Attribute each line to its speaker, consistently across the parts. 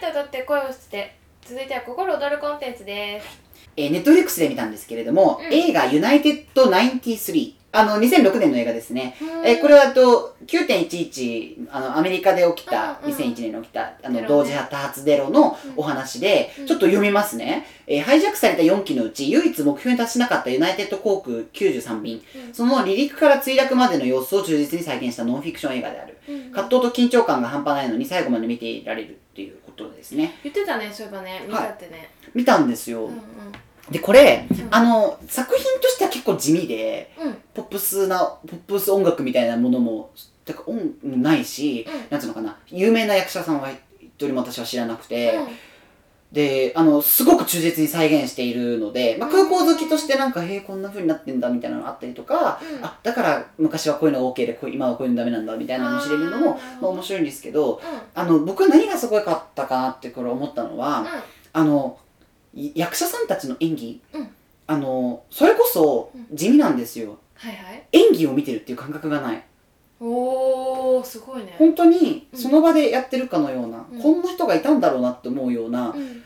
Speaker 1: と踊って声をして続いては心躍るコンテンツです
Speaker 2: えー、ネットフリックスで見たんですけれども、
Speaker 1: うん
Speaker 2: 映画ユナイテッド93。あの、2006年の映画ですね。えーこ
Speaker 1: れ
Speaker 2: れはあと、9.11、あの、アメリカで起きた、
Speaker 1: うんうん
Speaker 2: 2001年に起きた、あ
Speaker 1: テロ
Speaker 2: の、
Speaker 1: ね
Speaker 2: 同時多発デロの
Speaker 1: うん
Speaker 2: お話で、
Speaker 1: うん
Speaker 2: ちょっと読みますね。えーハイジャックされた4機のうち、唯一目標に達しなかったユナイテッド航空93便、
Speaker 1: うん
Speaker 2: その離陸から墜落までの様子を忠実に再現したノンフィクション映画である。
Speaker 1: うん
Speaker 2: 葛藤と緊張感が半端ないのに最後まで見ていられるっていうことですね。
Speaker 1: 言ってたねそういえばね見たってね、
Speaker 2: 見たんですよ。
Speaker 1: うん
Speaker 2: で、これ、
Speaker 1: うん
Speaker 2: あの、作品としては結構地味で、
Speaker 1: うんうん
Speaker 2: ポップスな、ポップス音楽みたいなものも、てか音ないし、なんつうのかな、有名な役者さんは一人も私は知らなくて、で、あの、すごく忠実に再現しているので、まあ、空港好きとしてなんか、へえ、こんな風になってんだみたいなのがあったりとか、
Speaker 1: うん
Speaker 2: あ、だから昔はこういうのが OK で、こう今はこういうのダメなんだみたいなのを知れるのも、
Speaker 1: あーなるほ
Speaker 2: まあ、
Speaker 1: ど
Speaker 2: 面白いんですけど、
Speaker 1: うん
Speaker 2: あの、僕は何がすごいかったかなってこれ思ったのは、
Speaker 1: うん
Speaker 2: あのい役者さんたちの演技、
Speaker 1: うん
Speaker 2: あのそれこそ
Speaker 1: うん
Speaker 2: 地味なんですよ、
Speaker 1: はいはい
Speaker 2: 演技を見てるっていう感覚がない
Speaker 1: おーすごいね
Speaker 2: 本当に
Speaker 1: うん
Speaker 2: その場でやってるかのような、
Speaker 1: うん
Speaker 2: こんな人がいたんだろうなって思うような、
Speaker 1: うん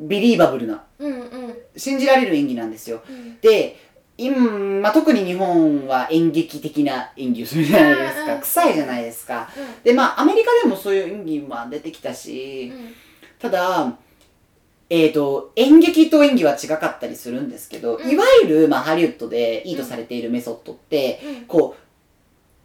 Speaker 2: ビリーバブルな
Speaker 1: うんうん
Speaker 2: 信じられる演技なんですよ
Speaker 1: うん
Speaker 2: で今、まあ、特に日本は演劇的な演技をするじゃないです
Speaker 1: うん
Speaker 2: か
Speaker 1: うん
Speaker 2: 臭いじゃないですかでまあアメリカでもそういう演技は出てきたし、
Speaker 1: うんうん
Speaker 2: ただ、えー、と演劇と演技は違かったりするんですけど、
Speaker 1: うん
Speaker 2: いわゆる、まあ、ハリウッドでいいとされているメソッドって、
Speaker 1: うん
Speaker 2: こう、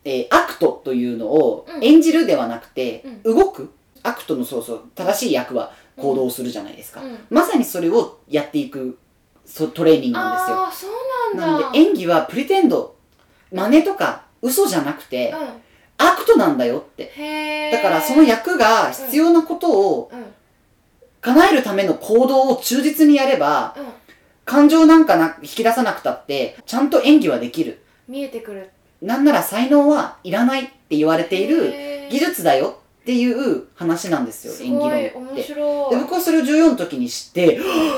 Speaker 2: えーアクトというのを
Speaker 1: うん
Speaker 2: 演じるではなくて、動くアクトのそうそう正しい役は行動するじゃないですか、
Speaker 1: うん
Speaker 2: まさにそれをやっていくそトレーニングなんですよ
Speaker 1: ああそうなんだ
Speaker 2: なんで演技はプリテンド真似とか嘘じゃなくて、
Speaker 1: うん
Speaker 2: アクトなんだよって
Speaker 1: へえ
Speaker 2: だからその役が必要なことを、
Speaker 1: うんうん
Speaker 2: 叶えるための行動を忠実にやれば、感情なんかな引き出さなくたって、ちゃんと演技はできる。
Speaker 1: 見えてくる
Speaker 2: なんなら才能はいらないって言われている
Speaker 1: へー
Speaker 2: 技術だよっていう話なんですよ、
Speaker 1: す
Speaker 2: 演技論
Speaker 1: ご
Speaker 2: っ
Speaker 1: い
Speaker 2: て。
Speaker 1: 面
Speaker 2: で、
Speaker 1: 白い
Speaker 2: 僕はそれを14の時に知って、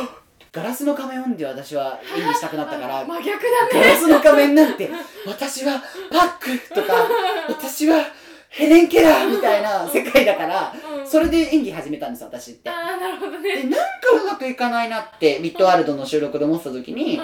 Speaker 2: ガラスの仮面読んで私は演技したくなったか
Speaker 1: あ
Speaker 2: ら、
Speaker 1: 真逆だ
Speaker 2: ガ
Speaker 1: ね
Speaker 2: ラスの仮面なんて、私はパック とか、私はヘレン・ケラーみたいな世界だから、
Speaker 1: うん
Speaker 2: それで演技始めたんですよ、私って。
Speaker 1: ああなるほど
Speaker 2: で
Speaker 1: ね
Speaker 2: なんかうまくいかないなってミッドワールドの収録で思ってた時
Speaker 1: うん
Speaker 2: に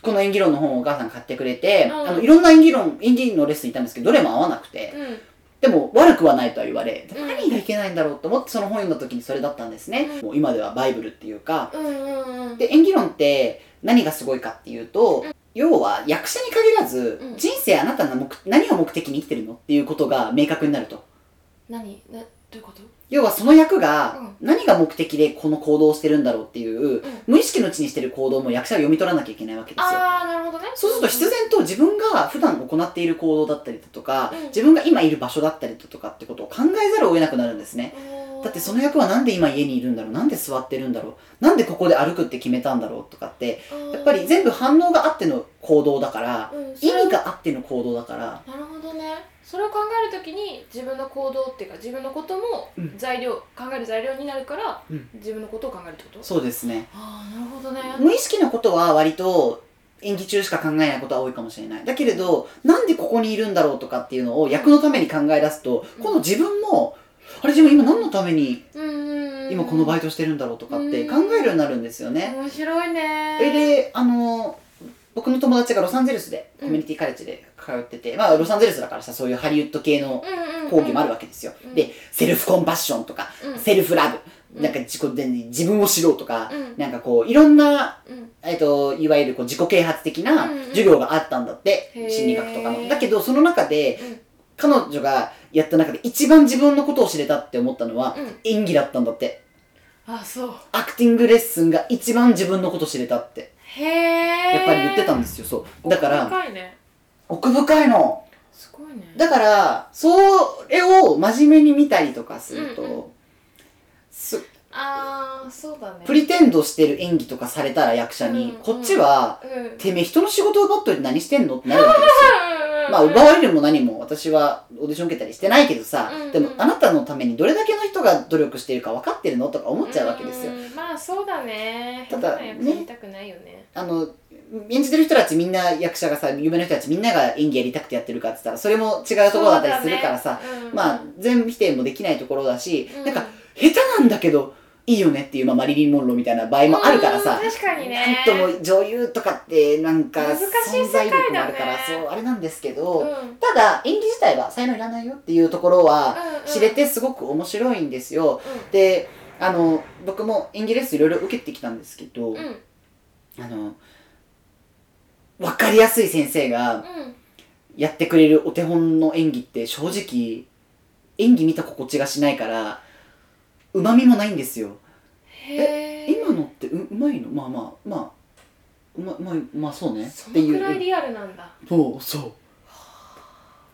Speaker 2: この演技論の本をお母さん買ってくれて、
Speaker 1: うん
Speaker 2: あのいろんな演技論演技のレッスン行ったんですけどどれも合わなくて
Speaker 1: うん
Speaker 2: でも悪くはないとは言われ
Speaker 1: うん
Speaker 2: 何がいけないんだろうと思ってその本読んだ時にそれだったんですね、もう今ではバイブルっていうか
Speaker 1: うんうんうん
Speaker 2: で演技論って何がすごいかっていうと、要は役者に限らず、
Speaker 1: うん
Speaker 2: 人生あなたの目何を目的に生きてるのっていうことが明確になると
Speaker 1: 何などういうこと
Speaker 2: 要はその役
Speaker 1: う
Speaker 2: が
Speaker 1: ん
Speaker 2: 何が目的でこの行動をしてるんだろうっていう、
Speaker 1: ん
Speaker 2: 無意識のうちにしてる行動も役者が読み取らなきゃいけないわけですよ。
Speaker 1: ああなるほどね
Speaker 2: そうすると必然と自分が普段行っている行動だったりだとか、
Speaker 1: うん
Speaker 2: 自分が今いる場所だったりだとかってことを考えざるを得なくなるんですね。
Speaker 1: 然
Speaker 2: だってその役はなんで今家にいるんだろうなんで座ってるんだろうなんでここで歩くって決めたんだろうとかって、やっぱり全部反応があっての行動だから、意味があっての行動だから、
Speaker 1: なるほどねそれを考えるときに自分の行動っていうか自分のことも
Speaker 2: うん
Speaker 1: 材料、考える材料になるから、
Speaker 2: うん
Speaker 1: 自分のことを考えるってこと
Speaker 2: そうですね。
Speaker 1: ああなるほどね
Speaker 2: 無意識なことは割と演技中しか考えないことは多いかもしれない。だけれど、なんでここにいるんだろうとかっていうのを役のために考え出すと、
Speaker 1: うん
Speaker 2: 今度自分も、あれ自分今何のために
Speaker 1: うんうんうん
Speaker 2: 今このバイトしてるんだろうとかって考えるようになるんですよね。
Speaker 1: 面白いね
Speaker 2: それで、あの、僕の友達がロサンゼルスでコミュニティカレッジで通ってて、まあロサンゼルスだからさ、そういうハリウッド系の
Speaker 1: うんうんうん
Speaker 2: 講義もあるわけですよ。
Speaker 1: うん
Speaker 2: で、セルフコンパッションとか、
Speaker 1: うん
Speaker 2: セルフラブ、
Speaker 1: うん
Speaker 2: なんか自己で自分を知ろうとか、
Speaker 1: うん
Speaker 2: なんかこう、いろんな
Speaker 1: うん
Speaker 2: えっと、いわゆるこう自己啓発的な
Speaker 1: うんうん
Speaker 2: 授業があったんだって、
Speaker 1: へー
Speaker 2: 心理学とかの。だけど、その中で、
Speaker 1: うん
Speaker 2: 彼女がやった中で一番自分のことを知れたって思ったのは、
Speaker 1: うん
Speaker 2: 演技だったんだって。
Speaker 1: あそう
Speaker 2: アクティングレッスンが一番自分のことを知れたって、
Speaker 1: へえ
Speaker 2: やっぱり言ってたんですよ、そう。だから、
Speaker 1: 深いね
Speaker 2: 奥深いの。
Speaker 1: すごいね
Speaker 2: だから、それを真面目に見たりとかすると、
Speaker 1: うんう
Speaker 2: す
Speaker 1: ああそうだね
Speaker 2: プリテンドしてる演技とかされたら役者に、
Speaker 1: うん
Speaker 2: こっちは、
Speaker 1: うんうんうん
Speaker 2: てめえ人の仕事を奪っといて何してんのってなるわけですよ。
Speaker 1: うん
Speaker 2: まあ、奪われるも何も私はオーディション受けたりしてないけどさ、
Speaker 1: うんうん
Speaker 2: でもあなたのためにどれだけの人が努力しているか分かってるのとか思っちゃうわけですよ。
Speaker 1: うんまあそうだね
Speaker 2: ただ
Speaker 1: 変な役やりたくないよね
Speaker 2: あの、演じてる人たちみんな役者がさ、有名な人たちみんなが演技やりたくてやってるかって言ったら、それも違うところだったりするからさ、
Speaker 1: そうだねうん
Speaker 2: まあ、全否定もできないところだし、
Speaker 1: うん
Speaker 2: なんか、下手なんだけど、いいよねっていう、まあ、マリリン・モンローみたいな場合もあるからさ
Speaker 1: うん確かにね
Speaker 2: とも女優とかってなんか
Speaker 1: 難しい
Speaker 2: 存
Speaker 1: 世界だね
Speaker 2: 在力もあるから、そうあれなんですけど、
Speaker 1: うん
Speaker 2: ただ演技自体は才能いらないよっていうところは
Speaker 1: うんうん
Speaker 2: 知れてすごく面白いんですよ、
Speaker 1: う
Speaker 2: であの僕も演技レッスンいろいろ受けてきたんですけど、
Speaker 1: んうんうん
Speaker 2: あの分かりやすい先生がやってくれるお手本の演技って正直演技見た心地がしないからうまみもないんですよ
Speaker 1: へー
Speaker 2: 今のってううまいのまあまあまあうまうまいまあそうね
Speaker 1: そ
Speaker 2: って
Speaker 1: の
Speaker 2: い
Speaker 1: くらいうリアルなんだ
Speaker 2: そうそう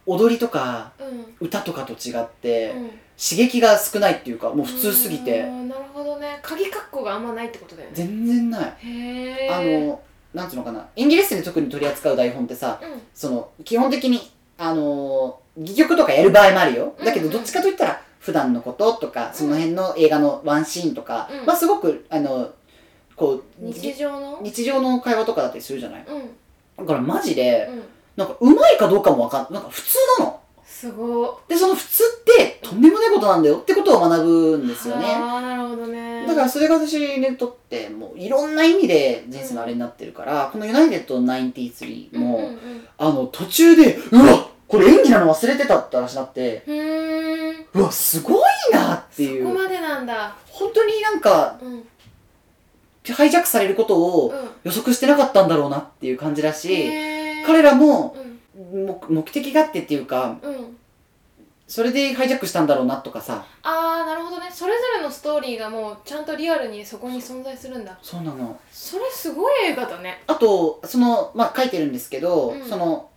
Speaker 2: 踊りとか
Speaker 1: うんうん
Speaker 2: 歌とかと違って、刺激が少ないっていうかもう普通すぎ
Speaker 1: うー
Speaker 2: て
Speaker 1: んなるほどね鍵括弧があんまないってことだよね
Speaker 2: 全然ない
Speaker 1: へ
Speaker 2: あ
Speaker 1: ー
Speaker 2: のなんていうのかな演技レッスンで特に取り扱う台本ってさ
Speaker 1: うん
Speaker 2: その基本的にあのー戯曲とかやる場合もあるよだけ
Speaker 1: うん
Speaker 2: ど
Speaker 1: うん
Speaker 2: どっちかといったら普段のこととかその辺の映画のワンシーンとか、
Speaker 1: うん
Speaker 2: まあすごくあのこう
Speaker 1: 日常の
Speaker 2: 日常の会話とかだったりするじゃない
Speaker 1: うんうん
Speaker 2: だからマジでなんかうまいかどうかもわかんなんか普通なの
Speaker 1: すご
Speaker 2: でその普通ってとんでもないことなんだよってことを学ぶん
Speaker 1: い
Speaker 2: ですよね
Speaker 1: ああなるほどね
Speaker 2: だからそれが私にとってもういろんな意味で人生のあれになってるから、この「ユナイテッド93も」
Speaker 1: うんうんうん
Speaker 2: あの途中で「うわこれ演技なの忘れてた」って話になって
Speaker 1: ふーん
Speaker 2: うわすごいなってい
Speaker 1: ここ
Speaker 2: う
Speaker 1: までなんだ
Speaker 2: 本当になんか
Speaker 1: うんうん
Speaker 2: ハイジャックされることを予測してなかったんだろうなっていう感じだし、
Speaker 1: へー
Speaker 2: 彼らも
Speaker 1: うん
Speaker 2: 目目的があってっていうか
Speaker 1: うん
Speaker 2: それでハイジャックしたんだろうなとかさ
Speaker 1: ああなるほどねそれぞれのストーリーがもうちゃんとリアルにそこに存在するんだ
Speaker 2: そうなの
Speaker 1: それすごい映画だね
Speaker 2: あとそのまあ書いてるんですけど、
Speaker 1: うん
Speaker 2: その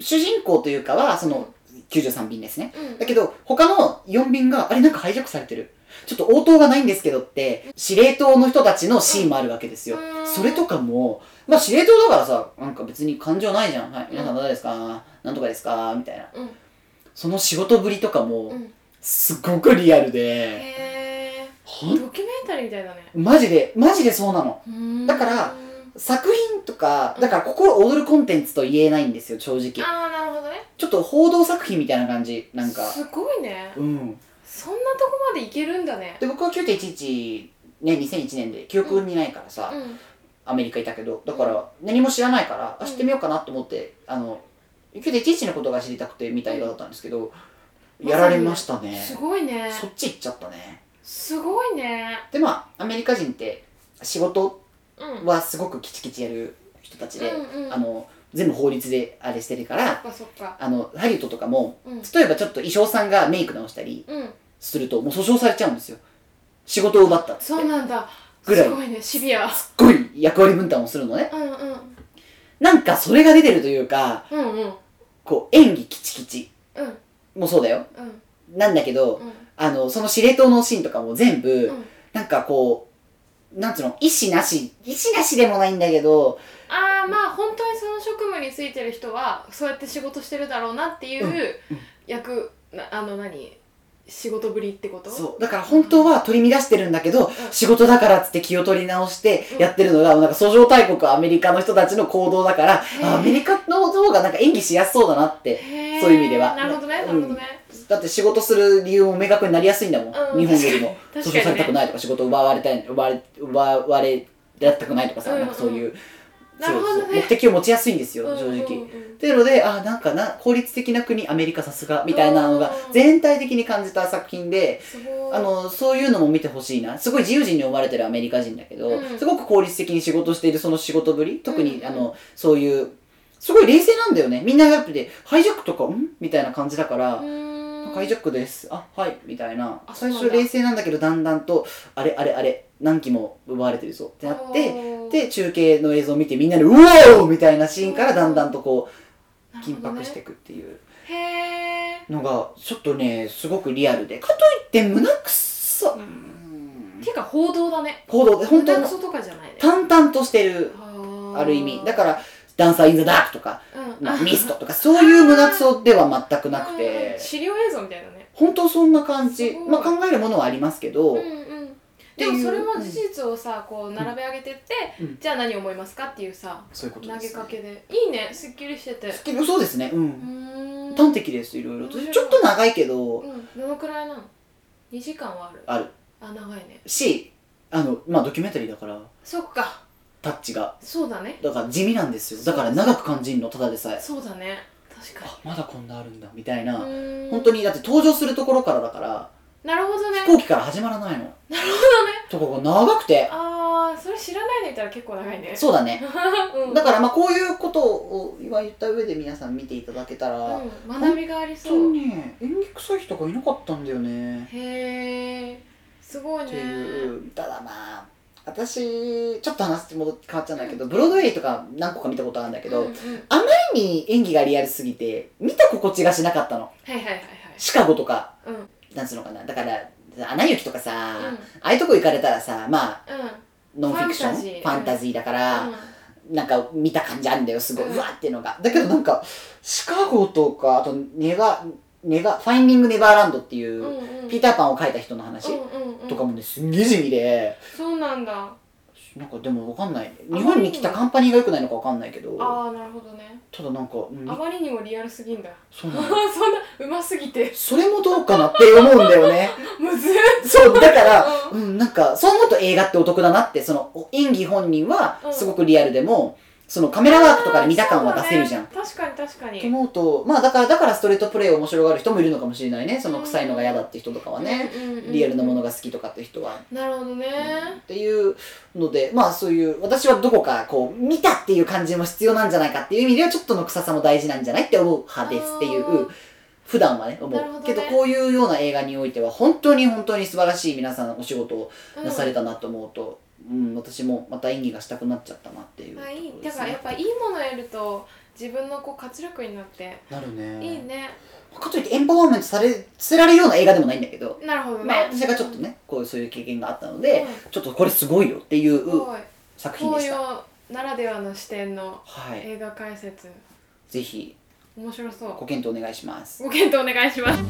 Speaker 2: 主人公というかはその93便ですね
Speaker 1: うん
Speaker 2: だけど、他の4便が、あれなんかハイジャックされてる。ちょっと応答がないんですけどって、司令塔の人たちのシーンもあるわけですよ
Speaker 1: う。ん
Speaker 2: それとかも、まあ司令塔だからさ、なんか別に感情ないじゃん。はい、
Speaker 1: ん
Speaker 2: 皆さん誰ですかなんとかですかみたいな。
Speaker 1: うん
Speaker 2: その仕事ぶりとかも
Speaker 1: う、ん
Speaker 2: すごくリアルで、
Speaker 1: へえ
Speaker 2: ほん、
Speaker 1: ドキュメンタリーみたいだね
Speaker 2: マジで、マジでそうなの。
Speaker 1: うーん
Speaker 2: だから作品とか、だからここを踊るコンテンツと言えないんですよ、正直。
Speaker 1: ああなるほどね
Speaker 2: ちょっと報道作品みたいな感じ、なんか。
Speaker 1: すごいね
Speaker 2: うん。
Speaker 1: そんなとこまでいけるんだね
Speaker 2: で僕は9.11ね2001年で記憶にないからさ、
Speaker 1: うん
Speaker 2: アメリカいたけどだから何も知らないから、あ知ってみようかなと思ってあの9.11のことが知りたくて見た映画だったんですけど、
Speaker 1: うん
Speaker 2: やられましたね、
Speaker 1: すごいね
Speaker 2: そっち行っちゃったね
Speaker 1: すごいね
Speaker 2: でまあアメリカ人って仕事
Speaker 1: うん
Speaker 2: はすごくキチキチやる人たちで、
Speaker 1: うんうん
Speaker 2: あの全部法律であれしてるか
Speaker 1: そ
Speaker 2: ら
Speaker 1: っかそっか
Speaker 2: あのハリウッドとかも
Speaker 1: うん
Speaker 2: 例えばちょっと衣装さんがメイク直したり
Speaker 1: うん
Speaker 2: するともう訴訟されちゃうんですよ仕事を奪ったっつって
Speaker 1: そうなんだ
Speaker 2: ぐらい
Speaker 1: すごいねシビア
Speaker 2: すっごい役割分担をするのね。
Speaker 1: うんうん
Speaker 2: なんかそれが出てるというか、
Speaker 1: うんうん
Speaker 2: こう演技キチキチ
Speaker 1: うん
Speaker 2: もそうだよ。
Speaker 1: うん
Speaker 2: なんだけど、
Speaker 1: うん
Speaker 2: あの、その司令塔のシーンとかも全部、
Speaker 1: うん
Speaker 2: なんかこう、なんつうの、意思なし、意思なしでもないんだけど、
Speaker 1: ああまあ本当にその職務に就いてる人はそうやって仕事してるだろうなっていう
Speaker 2: うん
Speaker 1: うん役、なあの何仕事ぶりってこと
Speaker 2: そう。だから本当は取り乱してるんだけど、仕事だからっつって気を取り直して
Speaker 1: うん
Speaker 2: やってるのが、なんか訴状大国アメリカの人たちの行動だから、
Speaker 1: ー
Speaker 2: あアメリカの方がなんか演技しやすそうだなって。
Speaker 1: へー
Speaker 2: そういう意味では
Speaker 1: なるほどねなるほどね、
Speaker 2: だって仕事する理由も明確になりやすいんだもん、
Speaker 1: うん
Speaker 2: 日本よりも
Speaker 1: 確かに
Speaker 2: 訴訟されたくないとか仕事奪われたい奪われ奪われられたくないとかさ、
Speaker 1: うんうん
Speaker 2: なんかそういう
Speaker 1: なるほどね
Speaker 2: そうそう目的を持ちやすいんですよ、
Speaker 1: うん
Speaker 2: 正
Speaker 1: う
Speaker 2: 直
Speaker 1: ん。うん
Speaker 2: っていうのであなんかな効率的な国アメリカさすがみたいなのが
Speaker 1: うん
Speaker 2: 全体的に感じた作品です
Speaker 1: ごい
Speaker 2: あのそういうのも見てほしいなすごい自由人に思われてるアメリカ人だけど、
Speaker 1: うん
Speaker 2: すごく効率的に仕事しているその仕事ぶり特に、
Speaker 1: うん
Speaker 2: あのそういうすごい冷静なんだよねみんなやっぱでハイジャックとかんみたいな感じだから。
Speaker 1: うーん
Speaker 2: ハイジャックです。あ、はい、みたいな。
Speaker 1: あそう
Speaker 2: 最
Speaker 1: なんだ
Speaker 2: 初冷静なんだけど、だんだんと、あれあれあれ、何機も奪われてるぞってなって、
Speaker 1: おー
Speaker 2: で、中継の映像を見てみんなで、うおーみたいなシーンからだんだんとこう、
Speaker 1: なるほ
Speaker 2: 緊
Speaker 1: どね
Speaker 2: 迫していくっていう
Speaker 1: へえ
Speaker 2: のが、ちょっとね、すごくリアルで。かといって、胸くそ、うん
Speaker 1: ていうか報道だね
Speaker 2: 行動で、本当
Speaker 1: 胸
Speaker 2: に
Speaker 1: くそとかじゃないね
Speaker 2: 淡々としてる、ある意味。だから、ダンサー・イン・ザ・ダークとか、
Speaker 1: ら、うん、
Speaker 2: まあ
Speaker 1: あ
Speaker 2: ミストとか、そういう胸くそでは全くな く
Speaker 1: うんうん
Speaker 2: て、
Speaker 1: 資料映像みたいなね
Speaker 2: 本当そんな感じ
Speaker 1: す。ごい
Speaker 2: まあ、考えるものはありますけ
Speaker 1: う
Speaker 2: ど、
Speaker 1: んうんでもそれも事実をさこう並べ上げてって、
Speaker 2: うん
Speaker 1: じゃあ何思いますかっていうさ
Speaker 2: そういうこ
Speaker 1: 投
Speaker 2: とです、
Speaker 1: げかけでいいねすっきりしてて
Speaker 2: すっきりそうですねう
Speaker 1: うんーん
Speaker 2: 端的ですいろいろと
Speaker 1: 面白い
Speaker 2: ちょっと長いけど
Speaker 1: うんどのくらいなの2時間はある
Speaker 2: ある
Speaker 1: あ長いね
Speaker 2: しあのまあドキュメンタリーだから
Speaker 1: そっか
Speaker 2: タッチが
Speaker 1: そうだね
Speaker 2: だから地味なんですよだから長く感じるのただでさえ
Speaker 1: そうだね確か
Speaker 2: あまだこんなあるんだみたい
Speaker 1: に
Speaker 2: な、
Speaker 1: うーん
Speaker 2: 本当にだって登場するところからだから
Speaker 1: なるほどね
Speaker 2: 飛行機から始まらないの
Speaker 1: なるほどね
Speaker 2: とかが長くて
Speaker 1: ああそれ知らないのいたら結構長いね
Speaker 2: そうだね
Speaker 1: うん
Speaker 2: だからまあこういうことを今言った上で皆さん見ていただけたら、本
Speaker 1: うん、学びがあり
Speaker 2: 当
Speaker 1: そう
Speaker 2: にね演技臭い人がいなかったんだよね
Speaker 1: へえすごい
Speaker 2: っ
Speaker 1: ね
Speaker 2: ていうただまあ私ちょっと話戻って変わっちゃうんだけど、ブロードウェイとか何個か見たことあるんだけど、
Speaker 1: うんうんはい
Speaker 2: ある意味演技がリアルすぎて見た心地がしなかったの
Speaker 1: はいはいはい
Speaker 2: シカゴとか
Speaker 1: うんうん
Speaker 2: なんつうのかなだからアナ雪とかさ、ああいうとこ行かれたらさまあ
Speaker 1: うん
Speaker 2: ノンフィクション
Speaker 1: フ
Speaker 2: フ
Speaker 1: ァンタジー
Speaker 2: ァンタジーだから、
Speaker 1: うん
Speaker 2: なんか見た感じあるんだよすごい、
Speaker 1: うん
Speaker 2: うわっていうのがだけどなんかシカゴとかあとネガネガファインディング・ネバーランドっていう、
Speaker 1: うんうん
Speaker 2: ピーターパンを描いた人の話
Speaker 1: うんうんうん
Speaker 2: とかもねすんげえ地味で
Speaker 1: そうなんだあ
Speaker 2: なんかでもわかんない
Speaker 1: あ
Speaker 2: 日本に来たカンパニーが良くないのかわかんないけど
Speaker 1: あなるほどね
Speaker 2: ただなんか、うん
Speaker 1: あまりにもリアルすぎんだ
Speaker 2: そう
Speaker 1: そ
Speaker 2: なんの
Speaker 1: なうますぎて
Speaker 2: それもどうかなって思うんだよ ね
Speaker 1: むずっ
Speaker 2: そうだから
Speaker 1: う
Speaker 2: うん、なんか、そう思うと映画ってお得だなって、その、お演技本人は
Speaker 1: うん、
Speaker 2: すごくリアルでも、そのカメラワークとかで見た感は出せるじゃん。
Speaker 1: そうだね確かに確か
Speaker 2: と
Speaker 1: に
Speaker 2: 思うと、まあだから、だからストレートプレイを面白がる人もいるのかもしれないね。その臭いのが嫌だって人とかはね。
Speaker 1: うんうんうん
Speaker 2: リアルなものが好きとかって人は。
Speaker 1: なるほどね
Speaker 2: っていうので、まあそういう、私はどこかこう、見たっていう感じも必要なんじゃないかっていう意味では、ちょっとの臭さも大事なんじゃないって思う派ですってい
Speaker 1: あ
Speaker 2: う
Speaker 1: ー、
Speaker 2: 普段はね、思う。
Speaker 1: なるほどね
Speaker 2: けど、こういうような映画においては、本当に本当に素晴らしい皆さんのお仕事を
Speaker 1: うん
Speaker 2: なされたなと思うと、うん、私もまた演技がしたくなっちゃったなっていうとこ
Speaker 1: まあ
Speaker 2: ろ
Speaker 1: いい
Speaker 2: で
Speaker 1: だ
Speaker 2: す
Speaker 1: か
Speaker 2: ね
Speaker 1: らやっぱいいものやると自分のこう活力になって
Speaker 2: なるね
Speaker 1: いいね
Speaker 2: かといってエンパワーメントされせられるような映画でもないんだけど、
Speaker 1: なるほどね
Speaker 2: まあ、私がちょっとねこうそういう経験があったので、ちょっとこれすごいよってい
Speaker 1: うんす
Speaker 2: う
Speaker 1: ごい
Speaker 2: 作品で
Speaker 1: 紅
Speaker 2: した、
Speaker 1: 葉ならではの視点の
Speaker 2: はい、
Speaker 1: 映画解説
Speaker 2: ぜひ
Speaker 1: 面白そう
Speaker 2: ご検討お願いします
Speaker 1: ご検討お願いします